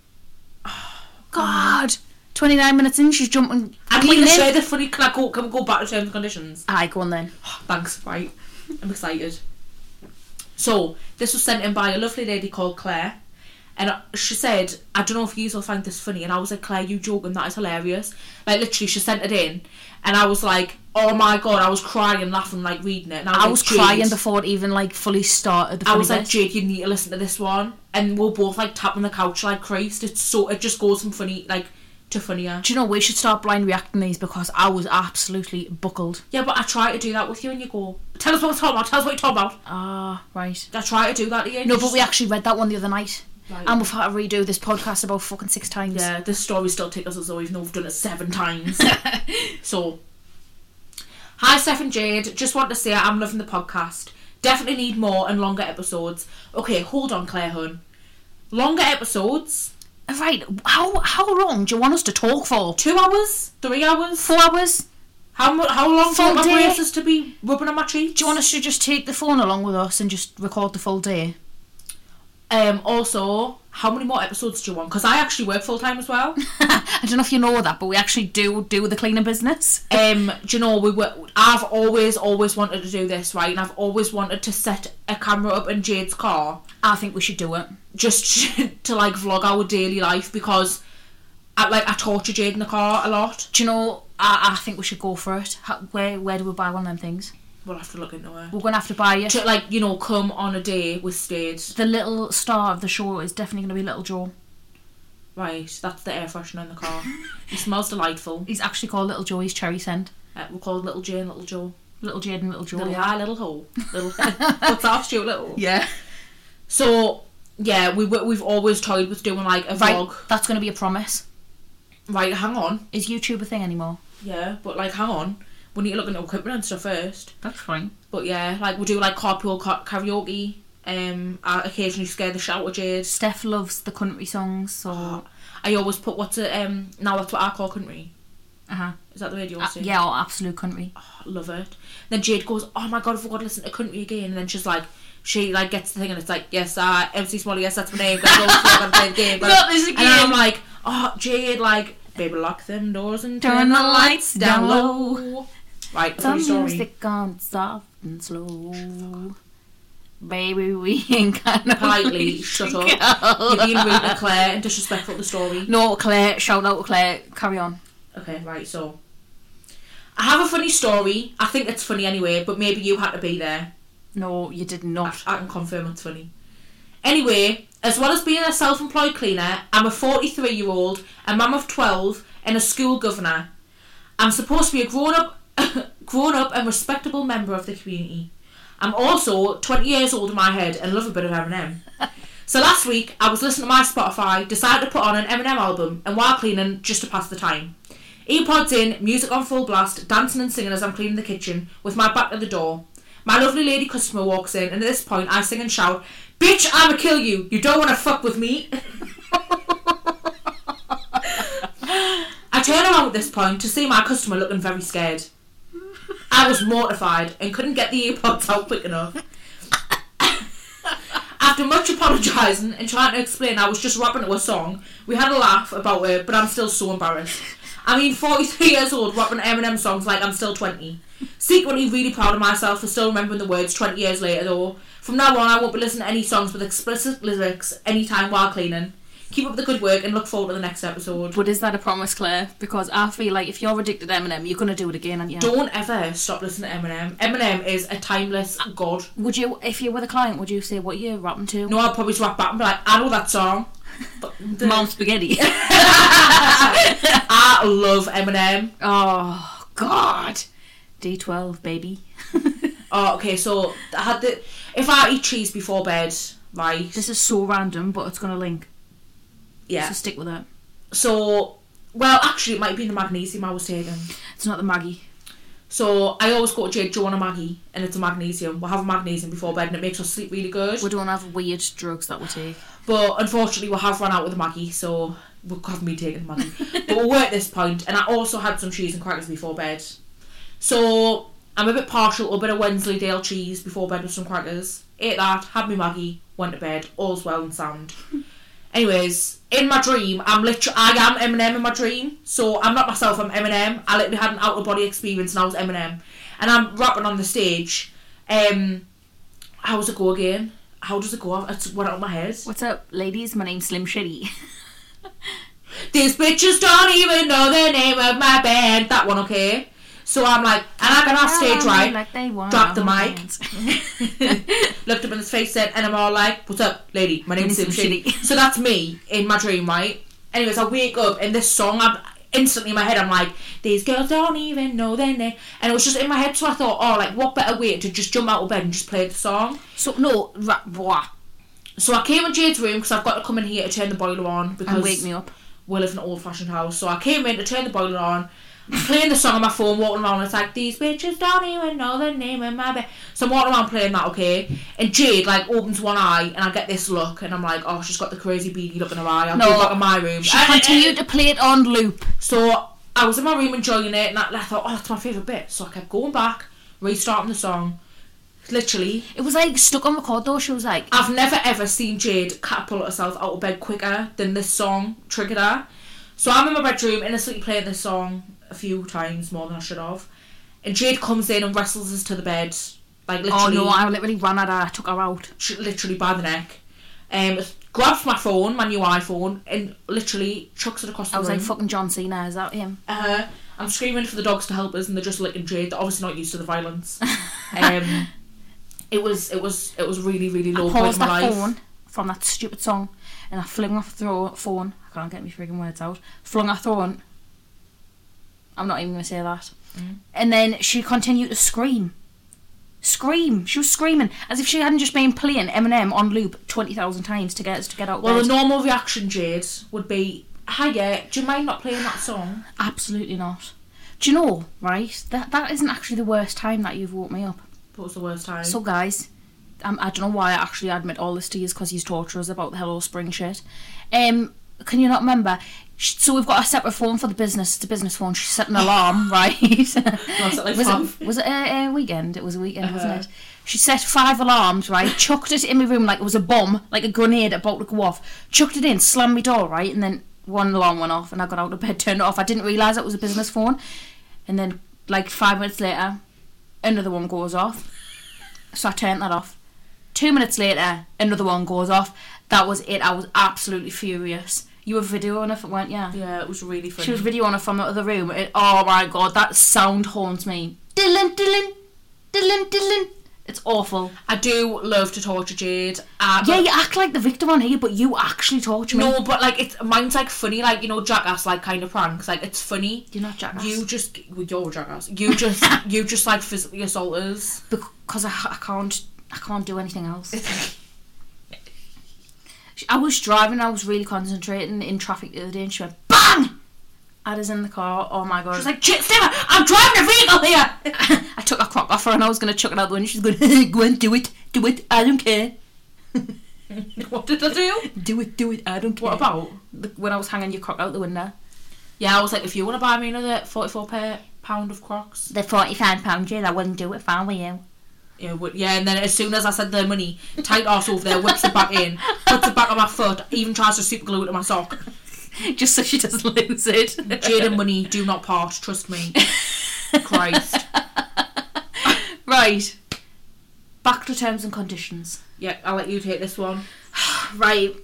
God. 29 minutes in, she's jumping. I need to clean in. share this funny. Can I go? Can we go back to terms and conditions? Aye, go on then. Thanks, right. I'm excited. So, this was sent in by a lovely lady called Claire. And I- she said, I don't know if you will find this funny. And I was like, Claire, you joking? That is hilarious. Like, literally, she sent it in. And I was like, oh my God, I was crying, laughing, like, reading it. And I was like, crying Jade, before it even like fully started. The I was funny like, bit. Jade, you need to listen to this one. And we're both, like, tapping the couch, like, Christ. It's so, it just goes from funny, like, to funnier. do you know we should start blind reacting these because I was absolutely buckled. Yeah, but I try to do that with you, and you go, tell us what we're talking about, tell us what you're talking about. Ah, right. I try to do that to you. and No, you but just- we actually read that one the other night, Right. and we've had to redo this podcast about fucking six times. Yeah, this story still tickles us though, even though we've done it seven times. so, hi Steph and Jade. Just want to say I'm loving the podcast. Definitely need more and longer episodes. Okay, hold on, Claire Hun. Longer episodes? (coughs) Right. How how long do you want us to talk for? Two hours? Three hours? Four hours? How mu- How long do you Full want my day? braces to be rubbing on my cheeks? Do you want us to just take the phone along with us and just record the full day? Um, also, how many more episodes do you want? Because I actually work full time as well. (laughs) I don't know if you know that, but we actually do do the cleaning business. um, do you know we were? I've always, always wanted to do this, right? And I've always wanted to set a camera up in Jade's car I think we should do it. just (laughs) to like vlog our daily life because, I, like, I torture Jade in the car a lot. Do you know? I, I think we should go for it. How, where where do we buy one of them things? We'll have to look into it. We're gonna have to buy it. To like, you know, come on a day with stage. The little star of the show is definitely gonna be Little Joe. Right, that's the air freshener in the car. it smells delightful. He's actually called Little Joe. He's cherry scent. Uh, we're called Little Jane, Little Joe. Little Jade and Little Joe. Little high, little hole. (laughs) Little what's that, Stuart? Little. Yeah. So yeah, we we- we've always toyed with doing like a Right. vlog. That's gonna be a promise. Right, hang on. Is YouTube a thing anymore? Yeah, but like hang on, we need to look into equipment and stuff first. That's fine. But yeah, like we do like carpool ca- karaoke. Um, I occasionally scare the shout of Jade. Steph loves the country songs, so I always put what's it? Um, now that's what I call country. Ah, uh-huh. Is that the radio? Uh, yeah, or absolute country. (gasps) love it. Then Jade goes, "Oh my god, I forgot to listen to country again." And then she's like, she like gets the thing, and it's like, "Yes, uh, MC Smalley, yes, that's my name." Gotta go, gotta play the game. Not this And again. I'm like, "Oh, Jade, like, baby, lock them doors and Turn turn the the lights lights down down low." Right, The funny story. music gone soft and slow. Baby, we ain't got no Politely, place shut to up. go. You're being rude to Claire and disrespectful to the story. (laughs) No, Claire. Shout out, Claire. Carry on. Okay, right, so. I have a funny story. I think it's funny anyway, but maybe you had to be there. No, you did not. I can confirm it's funny. Anyway, as well as being a self employed cleaner, I'm a 43 year old, a mum of 12, and a school governor. I'm supposed to be a grown up, (coughs) grown up and respectable member of the community. I'm also 20 years old in my head and love a bit of Eminem. so last week, I was listening to my Spotify, decided to put on an Eminem album, and while cleaning, just to pass the time. Earpods in, music on full blast, dancing and singing as I'm cleaning the kitchen, with my back to the door. My lovely lady customer walks in, and at this point, I sing and shout, Bitch, I'ma kill you! You don't wanna fuck with me! (laughs) I turn around at this point to see my customer looking very scared. I was mortified and couldn't get the earpods out quick enough. After much apologising and trying to explain I was just rapping to a song, we had a laugh about it, but I'm still so embarrassed. I mean, 43 years old, rapping Eminem songs like I'm still 20. Secretly, really proud of myself for still remembering the words 20 years later, though. From now on, I won't be listening to any songs with explicit lyrics anytime while cleaning. Keep up the good work and look forward to the next episode. But is that a promise, Claire? Because I feel like if you're addicted to Eminem, you're gonna do it again, aren't you? Don't ever stop listening to Eminem. Eminem is a timeless god. Would you, if you were the client, would you say what you're rapping to? No, I'll probably swap back and be like, I know that song. But the- Mom spaghetti. (laughs) I love Eminem. oh God. D12, baby. (laughs) Oh, okay, so I had the. If I eat cheese before bed, right? this is so random, but it's gonna link. yeah. So stick with it. So, well, actually, it might be the magnesium I was taking. It's not the Maggie. So I always go to Jade, do you want a Maggie? And it's a magnesium. We'll have a magnesium before bed and it makes us sleep really good. We don't have weird drugs that we take. But unfortunately, we have run out with the Maggie, so we haven't been taking the Maggie. but we were at this point, and I also had some cheese and crackers before bed. So I'm a bit partial to a bit of Wensleydale cheese before bed with some crackers. Ate that, had my Maggie, went to bed, all's well and sound. Anyways, in my dream, I'm literally I am Eminem in my dream. So I'm not myself. I'm Eminem. I literally had an out of body experience, and I was Eminem, and I'm rapping on the stage. Um, how does it go again? How does it go? It's went out of my head. What's up, ladies? My name's (laughs) Slim Shitty. These bitches don't even know the name of my band. That one, okay? So I'm like, and I got off stage, right? Like they want Drop the our mic. (laughs) hands. Looked up in his face, said, and I'm all like, "What's up, lady? My name's Sim Name's Sim Shitty." Shitty. so that's me in my dream, right? Anyways, I wake up and this song, I'm instantly in my head, I'm like, "These girls don't even know their name," and it was just in my head. So I thought, "Oh, like what better way to just jump out of bed and just play the song?" (laughs) So no, ra- blah, So I came in Jade's room because I've got to come in here to turn the boiler on because and wake me up. we live in an old fashioned house. So I came in to turn the boiler on, playing the song on my phone, walking around. It's like, these bitches don't even know the name of my bed. So I'm walking around playing that, okay? And Jade, like, opens one eye, and I get this look, and I'm like, oh, she's got the crazy beady look in her eye. I'll No. go back in my room. She Eh, eh, eh. continued to play it on loop. So I was in my room enjoying it, and I, I thought, oh, that's my favourite bit. So I kept going back, restarting the song, Literally, It was like stuck on record though. She was like, I've never ever seen Jade catapult herself out of bed quicker than this song triggered her. So I'm in my bedroom innocently playing this song a few times more than I should have, and Jade comes in and wrestles us to the bed, like "Oh literally, no!" I literally ran at her. I took her out. sh- literally by the neck, um, grabs my phone, my new iPhone, and literally chucks it across the I was room. like, "Fucking John Cena, is that him?" (laughs) uh, I'm screaming for the dogs to help us, and they're just licking Jade. They're obviously not used to the (laughs) violence. um, it was it was it was really really low point Paused in my that life. phone from that stupid song, and I flung off throw phone. I can't get my freaking words out. Flung her throat. I'm not even gonna say that. Mm. And then she continued to scream, scream. She was screaming as if she hadn't just been playing Eminem on loop twenty thousand times to get us to get out. of Well, bed. the normal reaction, Jade, would be, "Hiya, do you mind not playing that song?" Absolutely not. Do you know, right? That that isn't actually the worst time that you've woke me up. What was the worst time? So guys, um, I don't know why I actually admit all this to you because you torture us about the Hello Spring shit. Um, can you not remember? Sh- So we've got a separate phone for the business. It's a business phone. She set an alarm, (laughs) right? was set like it five. was it a, a weekend? It was a weekend, wasn't it? She set five alarms, right? Chucked it in my room like it was a bomb, like a grenade about to go off. Chucked it in, slammed my door, right, and then one alarm went off, and I got out of bed, turned it off. I didn't realise it was a business phone, and then like five minutes later, another one goes off. So I turned that off. Two minutes later, another one goes off. That was it. I was absolutely furious. You were videoing if it weren't you? yeah, it was really funny. She was videoing it from the other room. It, oh my god, that sound haunts me. Dylan, Dylan, Dylan, Dylan. It's awful. I do love to torture Jade. Uh, Yeah, but- you act like the victim on here, but you actually torture me. No, but like it's mine's like funny, like you know jackass like kind of pranks. Like it's funny. You're not jackass. You just well, you're a jackass. You just (laughs) you just like physically assault us. (laughs) because I, I can't I can't do anything else. I was driving, I was really concentrating in traffic the other day, and she went bang. I was in the car. Oh my god! She It's like Jade, Sarah, I'm driving (laughs) a vehicle here. I took a crock off her and I was going to chuck it out the window. She's going, (laughs) go and do it, do it, I don't care. what did I do? Do it, do it, I don't care. What about? The- when I was hanging your crock out the window? Yeah, I was like, if you want to buy me another forty-four pair pound of Crocs, The £45 jail, I wouldn't do it if I were you. Yeah, w- yeah, and then as soon as I said the money, tight arse over there, whips it back in, puts it back on my foot, even tries to super glue it to my sock. (laughs) Just so she doesn't lose it. Jade and (laughs) money do not part, trust me. Christ. right. Back to terms and conditions. Yeah, I'll let you take this one. Right.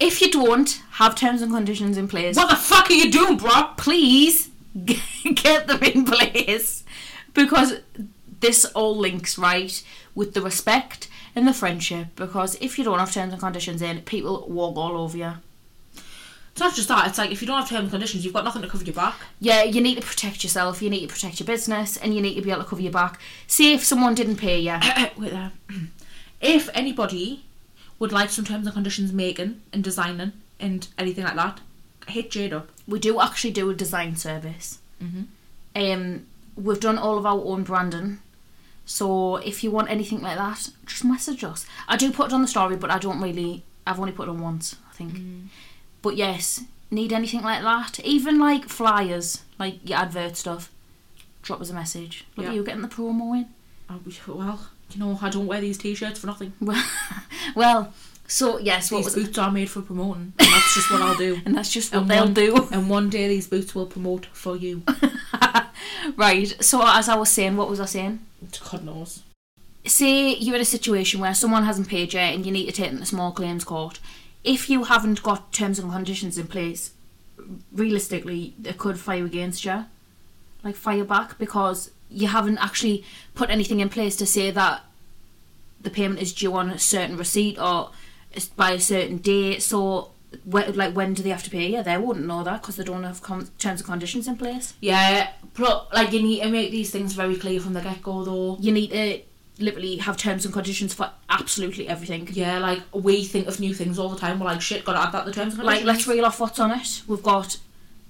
If you don't have terms and conditions in place, What the fuck are you doing, bro? please (laughs) g- get them in place because this all links right with the respect and the friendship because if you don't have terms and conditions in people walk all over you It's not just that, it's like if you don't have terms and conditions, you've got nothing to cover your back. yeah you need to protect yourself you need to protect your business and you need to be able to cover your back see if someone didn't pay you (coughs) Wait there. (clears throat) If anybody would like some terms and conditions making and designing and anything like that, hit Jade up. we do actually do a design service. Um, we've done all of our own branding. So if you want anything like that, just message us. I do put it on the story, but I don't really. I've only put it on once, I think. But yes, need anything like that? Even like flyers, like your advert stuff. Drop us a message. Look at Yeah. you getting the promo in. I'll be- Oh, Well, you know, I don't wear these t shirts for nothing. Well, (laughs) well. So yes, what These was it? boots are made for promoting, and that's just what I'll do. And that's just (laughs) what And they'll one- do. (laughs) (laughs) And one day these boots will promote for you. right. So as I was saying, what was I saying? God knows. say you're in a situation where someone hasn't paid you and you need to take them to small claims court, if you haven't got terms and conditions in place, realistically, they could fire against you, like fire back, because you haven't actually put anything in place to say that the payment is due on a certain receipt or it's by a certain date. So, wh- like, when do they have to pay you? They wouldn't know that because they don't have com- terms and conditions in place. Yeah, but like you need to make these things very clear from the get go, though. You need to literally have terms and conditions for absolutely everything. Yeah, like we think of new things all the time. We're like, shit, gotta add that to the terms and Like, conditions. let's reel off what's on it. We've got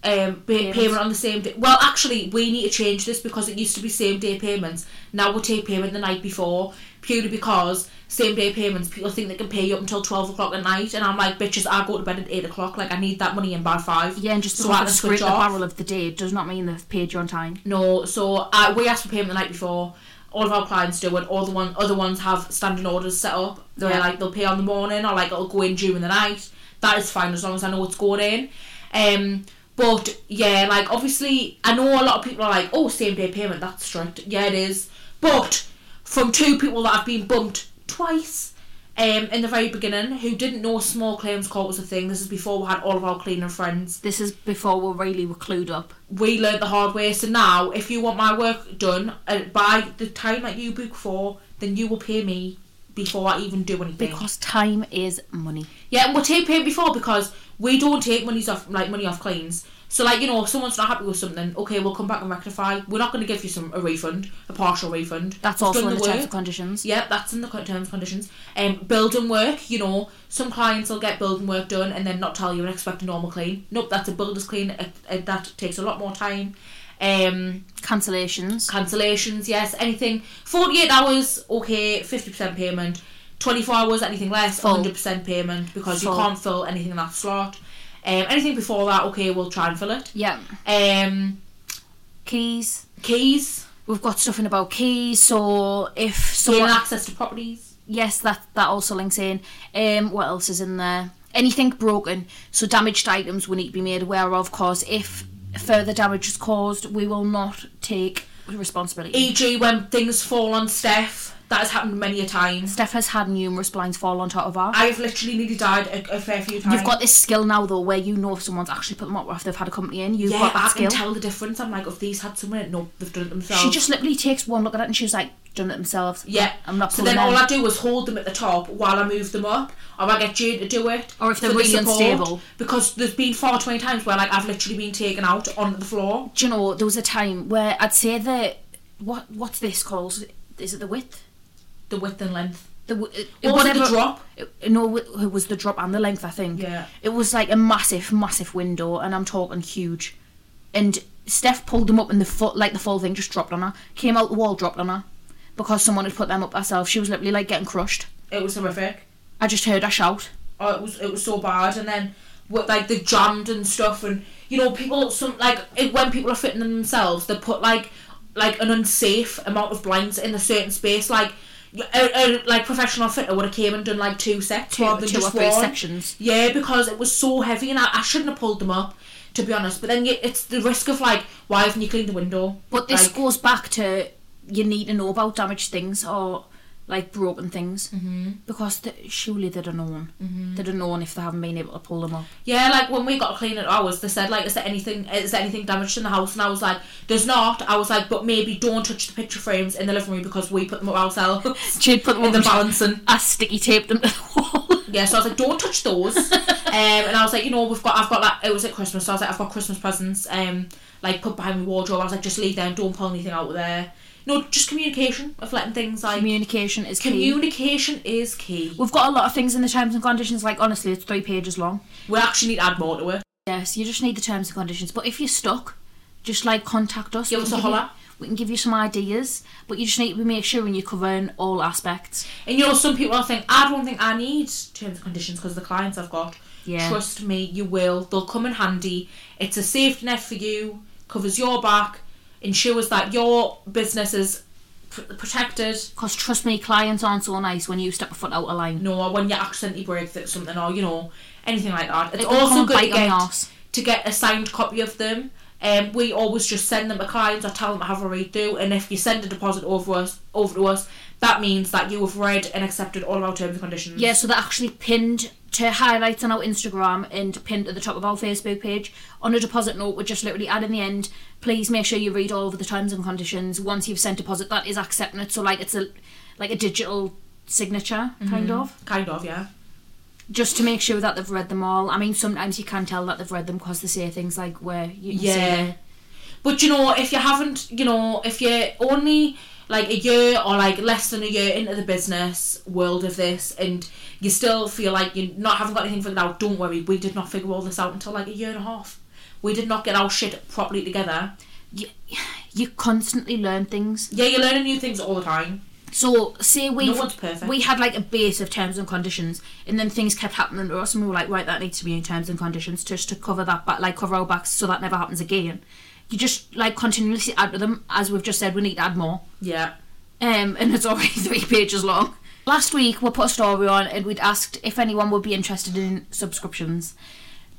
um, pay- Payments. payment on the same day. Well, actually, we need to change this because it used to be same day payments. Now we'll take payment the night before, purely because same day payments, people think they can pay you up until 12 o'clock at night. And I'm like, bitches, I go to bed at 8 o'clock. Like, I need that money in by 5. yeah, and just so so I like had the to scrape switch the off. barrel of the day does not mean they've paid you on time. No, so uh, we asked for payment the night before. all of our clients do it. All the one other ones have standing orders set up. They're Yeah. like they'll pay on the morning or like it'll go in during the night. That is fine as long as I know it's going in. Um, but yeah, like obviously I know a lot of people are like, oh, same day payment. That's strict. Yeah, it is. But from two people that have been bumped twice. Um, in the very beginning, who didn't know small claims court was a thing. This is before we had all of our cleaner friends This is before we really were clued up. we learned the hard way. So now, if you want my work done uh, by the time that you book for, then you will pay me before I even do anything. Because time is money. yeah, and we'll take payment before because we don't take monies off like money off claims. So like you know, if someone's not happy with something, okay, we'll come back and rectify. We're not going to give you some a refund, a partial refund. That's We've also done in the work. terms and conditions. Yeah, that's in the co- terms and conditions. Um, building work, you know, some clients will get building work done and then not tell you and expect a normal clean. Nope, that's a builder's clean. Uh, uh, that takes a lot more time. Um, Cancellations. cancellations, yes, anything. 48 hours, okay, 50% payment. 24 hours, anything less, Full. 100% payment because Full. you can't fill anything in that slot. Um, anything before that, okay, we'll try and fill it. Yeah. Um, Keys. keys, We've got stuff in about keys, so if gaining someone access to properties. Yes, that that also links in. Um, what else is in there? Anything broken, so damaged items we need to be made aware of. Cause if further damage is caused, we will not take responsibility. E.g., E when things fall on Steph, that has happened many a time. Steph has had numerous blinds fall on top of her. I have literally nearly died a, a fair few times. You've got this skill now though, where you know if someone's actually put them up or if they've had a company in. You've yeah, got I that can skill. tell the difference. I'm like, if these had someone, in it, nope, they've done it themselves. She just literally takes one look at it and she's like, done it themselves. Yeah. I'm not So pulling then them. all I do is hold them at the top while I move them up, or I get Jade to do it. Or if they're for the really support, unstable. Because there's been far too many times where like I've literally been taken out on the floor. Do you know there was a time where I'd say the what what's this called? Is it the width? The width and length. The, w- What was it, the drop? it- no, it was the drop and the length, I think. Yeah. It was like a massive, massive window, and I'm talking huge. And Steph pulled them up, and the foot, like the full thing, just dropped on her. Came out the wall, dropped on her, because someone had put them up herself. She was literally like getting crushed. It was horrific. I just heard her shout. Oh, it was it was so bad. And then what like they jammed and stuff, and you know people some like it, when people are fitting them themselves, they put like like an unsafe amount of blinds in a certain space, like. A, a, like professional fitter would have came and done like two sets Two, rather than two or just three one. sections. Yeah, because it was so heavy, and I, I shouldn't have pulled them up, to be honest. But then you, it's the risk of like, why haven't you cleaned the window? But this like, goes back to you need to know about damaged things or like broken things, mm-hmm. because th surely they'd have known. Mm-hmm. They'd have known if they haven't been able to pull them up. yeah, like when we got clean at ours, they said like, is there anything, is there anything damaged in the house? And I was like, there's not. I was like, but maybe don't touch the picture frames in the living room because we put them up (laughs) ourselves. (laughs) She'd put them In up the and she- balancing, I sticky taped them to the (laughs) wall. yeah. So I was like, "Don't touch those." um, and I was like, "You know, we've got, I've got like, it was at Christmas, so I was like, I've got Christmas presents, um, like put behind my wardrobe." I was like, "Just leave them, don't pull anything out of there." No, just communication of letting things like Communication is key. Communication is key. We've got a lot of things in the terms and conditions. Like honestly, it's three pages long. We actually need to add more to it. Yes, you just need the terms and conditions. But if you're stuck, just like contact us. Give We us can a you- holler. We can give you some ideas, but you just need to make sure and you're covering all aspects. And you know, some people are think I don't think I need terms and conditions because the clients I've got. Yeah. Trust me, you will. They'll come in handy. It's a safety net for you. Covers your back. Ensures that your business is pr- protected. Because trust me, clients aren't so nice when you step a foot out of line. No, or when you accidentally break th- something, or you know, anything like that. It's They can come also and good to bite on the get arse. to get a signed copy of them. Um, we always just send them to clients or tell them to have a read through. And if you send a deposit over us, over to us, that means that you have read and accepted all of our terms and conditions. Yeah, so they're actually pinned to highlights on our Instagram and pinned at the top of our Facebook page. On a deposit note, we're just literally adding the end. Please make sure you read all of the terms and conditions. Once you've sent deposit, that is accepting it. So like it's a like a digital signature kind of kind of. Yeah, just to make sure that they've read them all i mean sometimes you can tell that they've read them because they say things like where you you say yeah. But you know, if you haven't, you know, if you're only like a year or like less than a year into the business world of this, and you still feel like you not haven't got anything figured out, don't worry. We did not figure all this out until like a year and a half. We did not get our shit properly together. you, you constantly learn things Yeah, you're learning new things all the time. so say we one's perfect. we had like a base of terms and conditions and then things kept happening to us and we were like right that needs to be in terms and conditions just to cover that back like cover our backs so that never happens again you just like continuously add to them as we've just said we need to add more Yeah. um, and it's already (laughs) three pages long. Last week, we put a story on and we'd asked if anyone would be interested in subscriptions.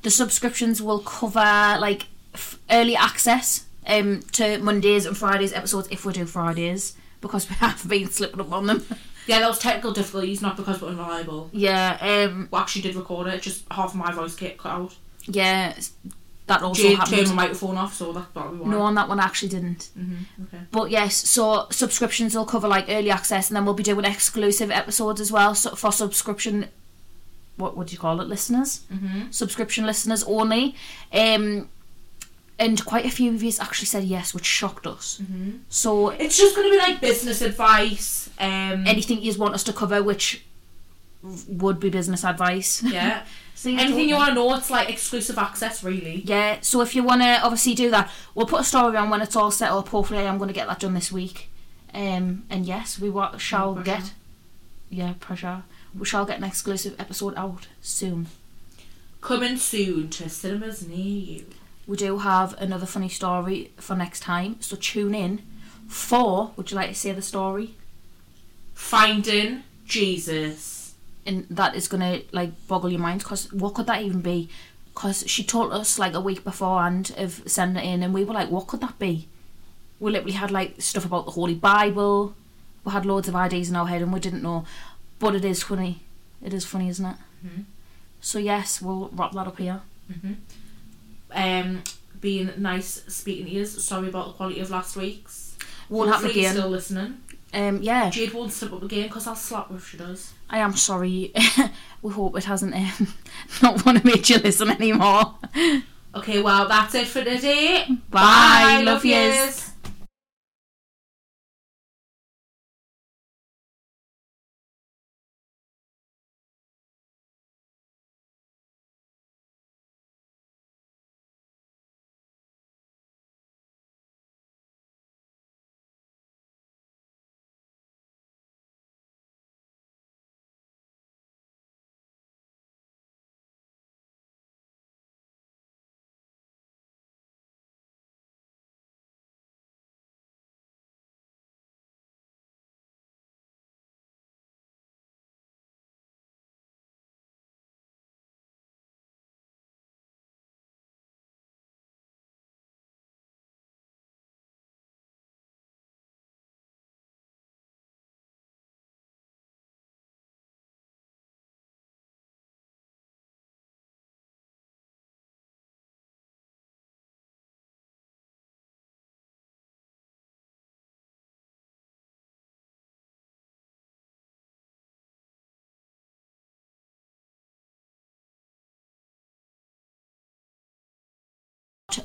The subscriptions will cover like f- early access um, to Mondays and Fridays episodes if we do Fridays because (laughs) we have been slipping up on them. Yeah, that was technical difficulties, not because we're unreliable. yeah, um, We actually did record it, just half my voice kept cut out. yeah, s- that also Jade turned happened. my microphone off, so that's probably why. No, on that one I actually didn't. Mm-hmm. Okay. But yes, so subscriptions will cover like early access, and then we'll be doing exclusive episodes as well so for subscription. What would you call it, listeners? Mm-hmm. Subscription listeners only. Um, and quite a few of you actually said yes, which shocked us. Mm-hmm. So It's just going to be like business advice. Um, anything you want us to cover, which would be business (laughs) (laughs) advice. yeah. So Anything don't- you want to know, it's like exclusive access, really. Yeah, so if you want to obviously do that, we'll put a story on when it's all set up. Hopefully, I'm going to get that done this week. Um, and yes, we wa- shall pressure. get. Yeah, pressure. We shall get an exclusive episode out soon. Coming soon to cinemas near you. We do have another funny story for next time, so tune in. For would you like to say the story? Finding Jesus. And that is going to like boggle your mind because what could that even be? Because she told us like a week beforehand of sending it in, and we were like, what could that be? we literally had like stuff about the Holy Bible. We had loads of ideas in our head and we didn't know. But it is funny. It is funny, isn't it? Mhm. So yes, we'll wrap that up here. Um, being nice, speaking to ears. Sorry about the quality of last week's. Won't happen Hopefully you're again. Still listening. Um, yeah, Jade won't slip up again because I'll slap her if she does. I am sorry. (laughs) we hope it hasn't um, (laughs) not want to make you listen anymore. (laughs) Bye. Okay, well that's it for today. love, yous. yous.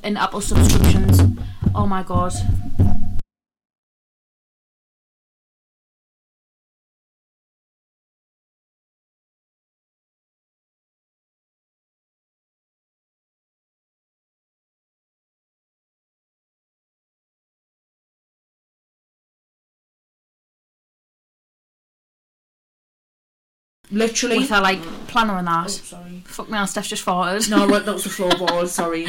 And Apple subscriptions. Oh my god. Literally. With her like planner and oh, that. sorry. Fuck me, Steph just farted. Oh, No, right, that was the floorboard. sorry.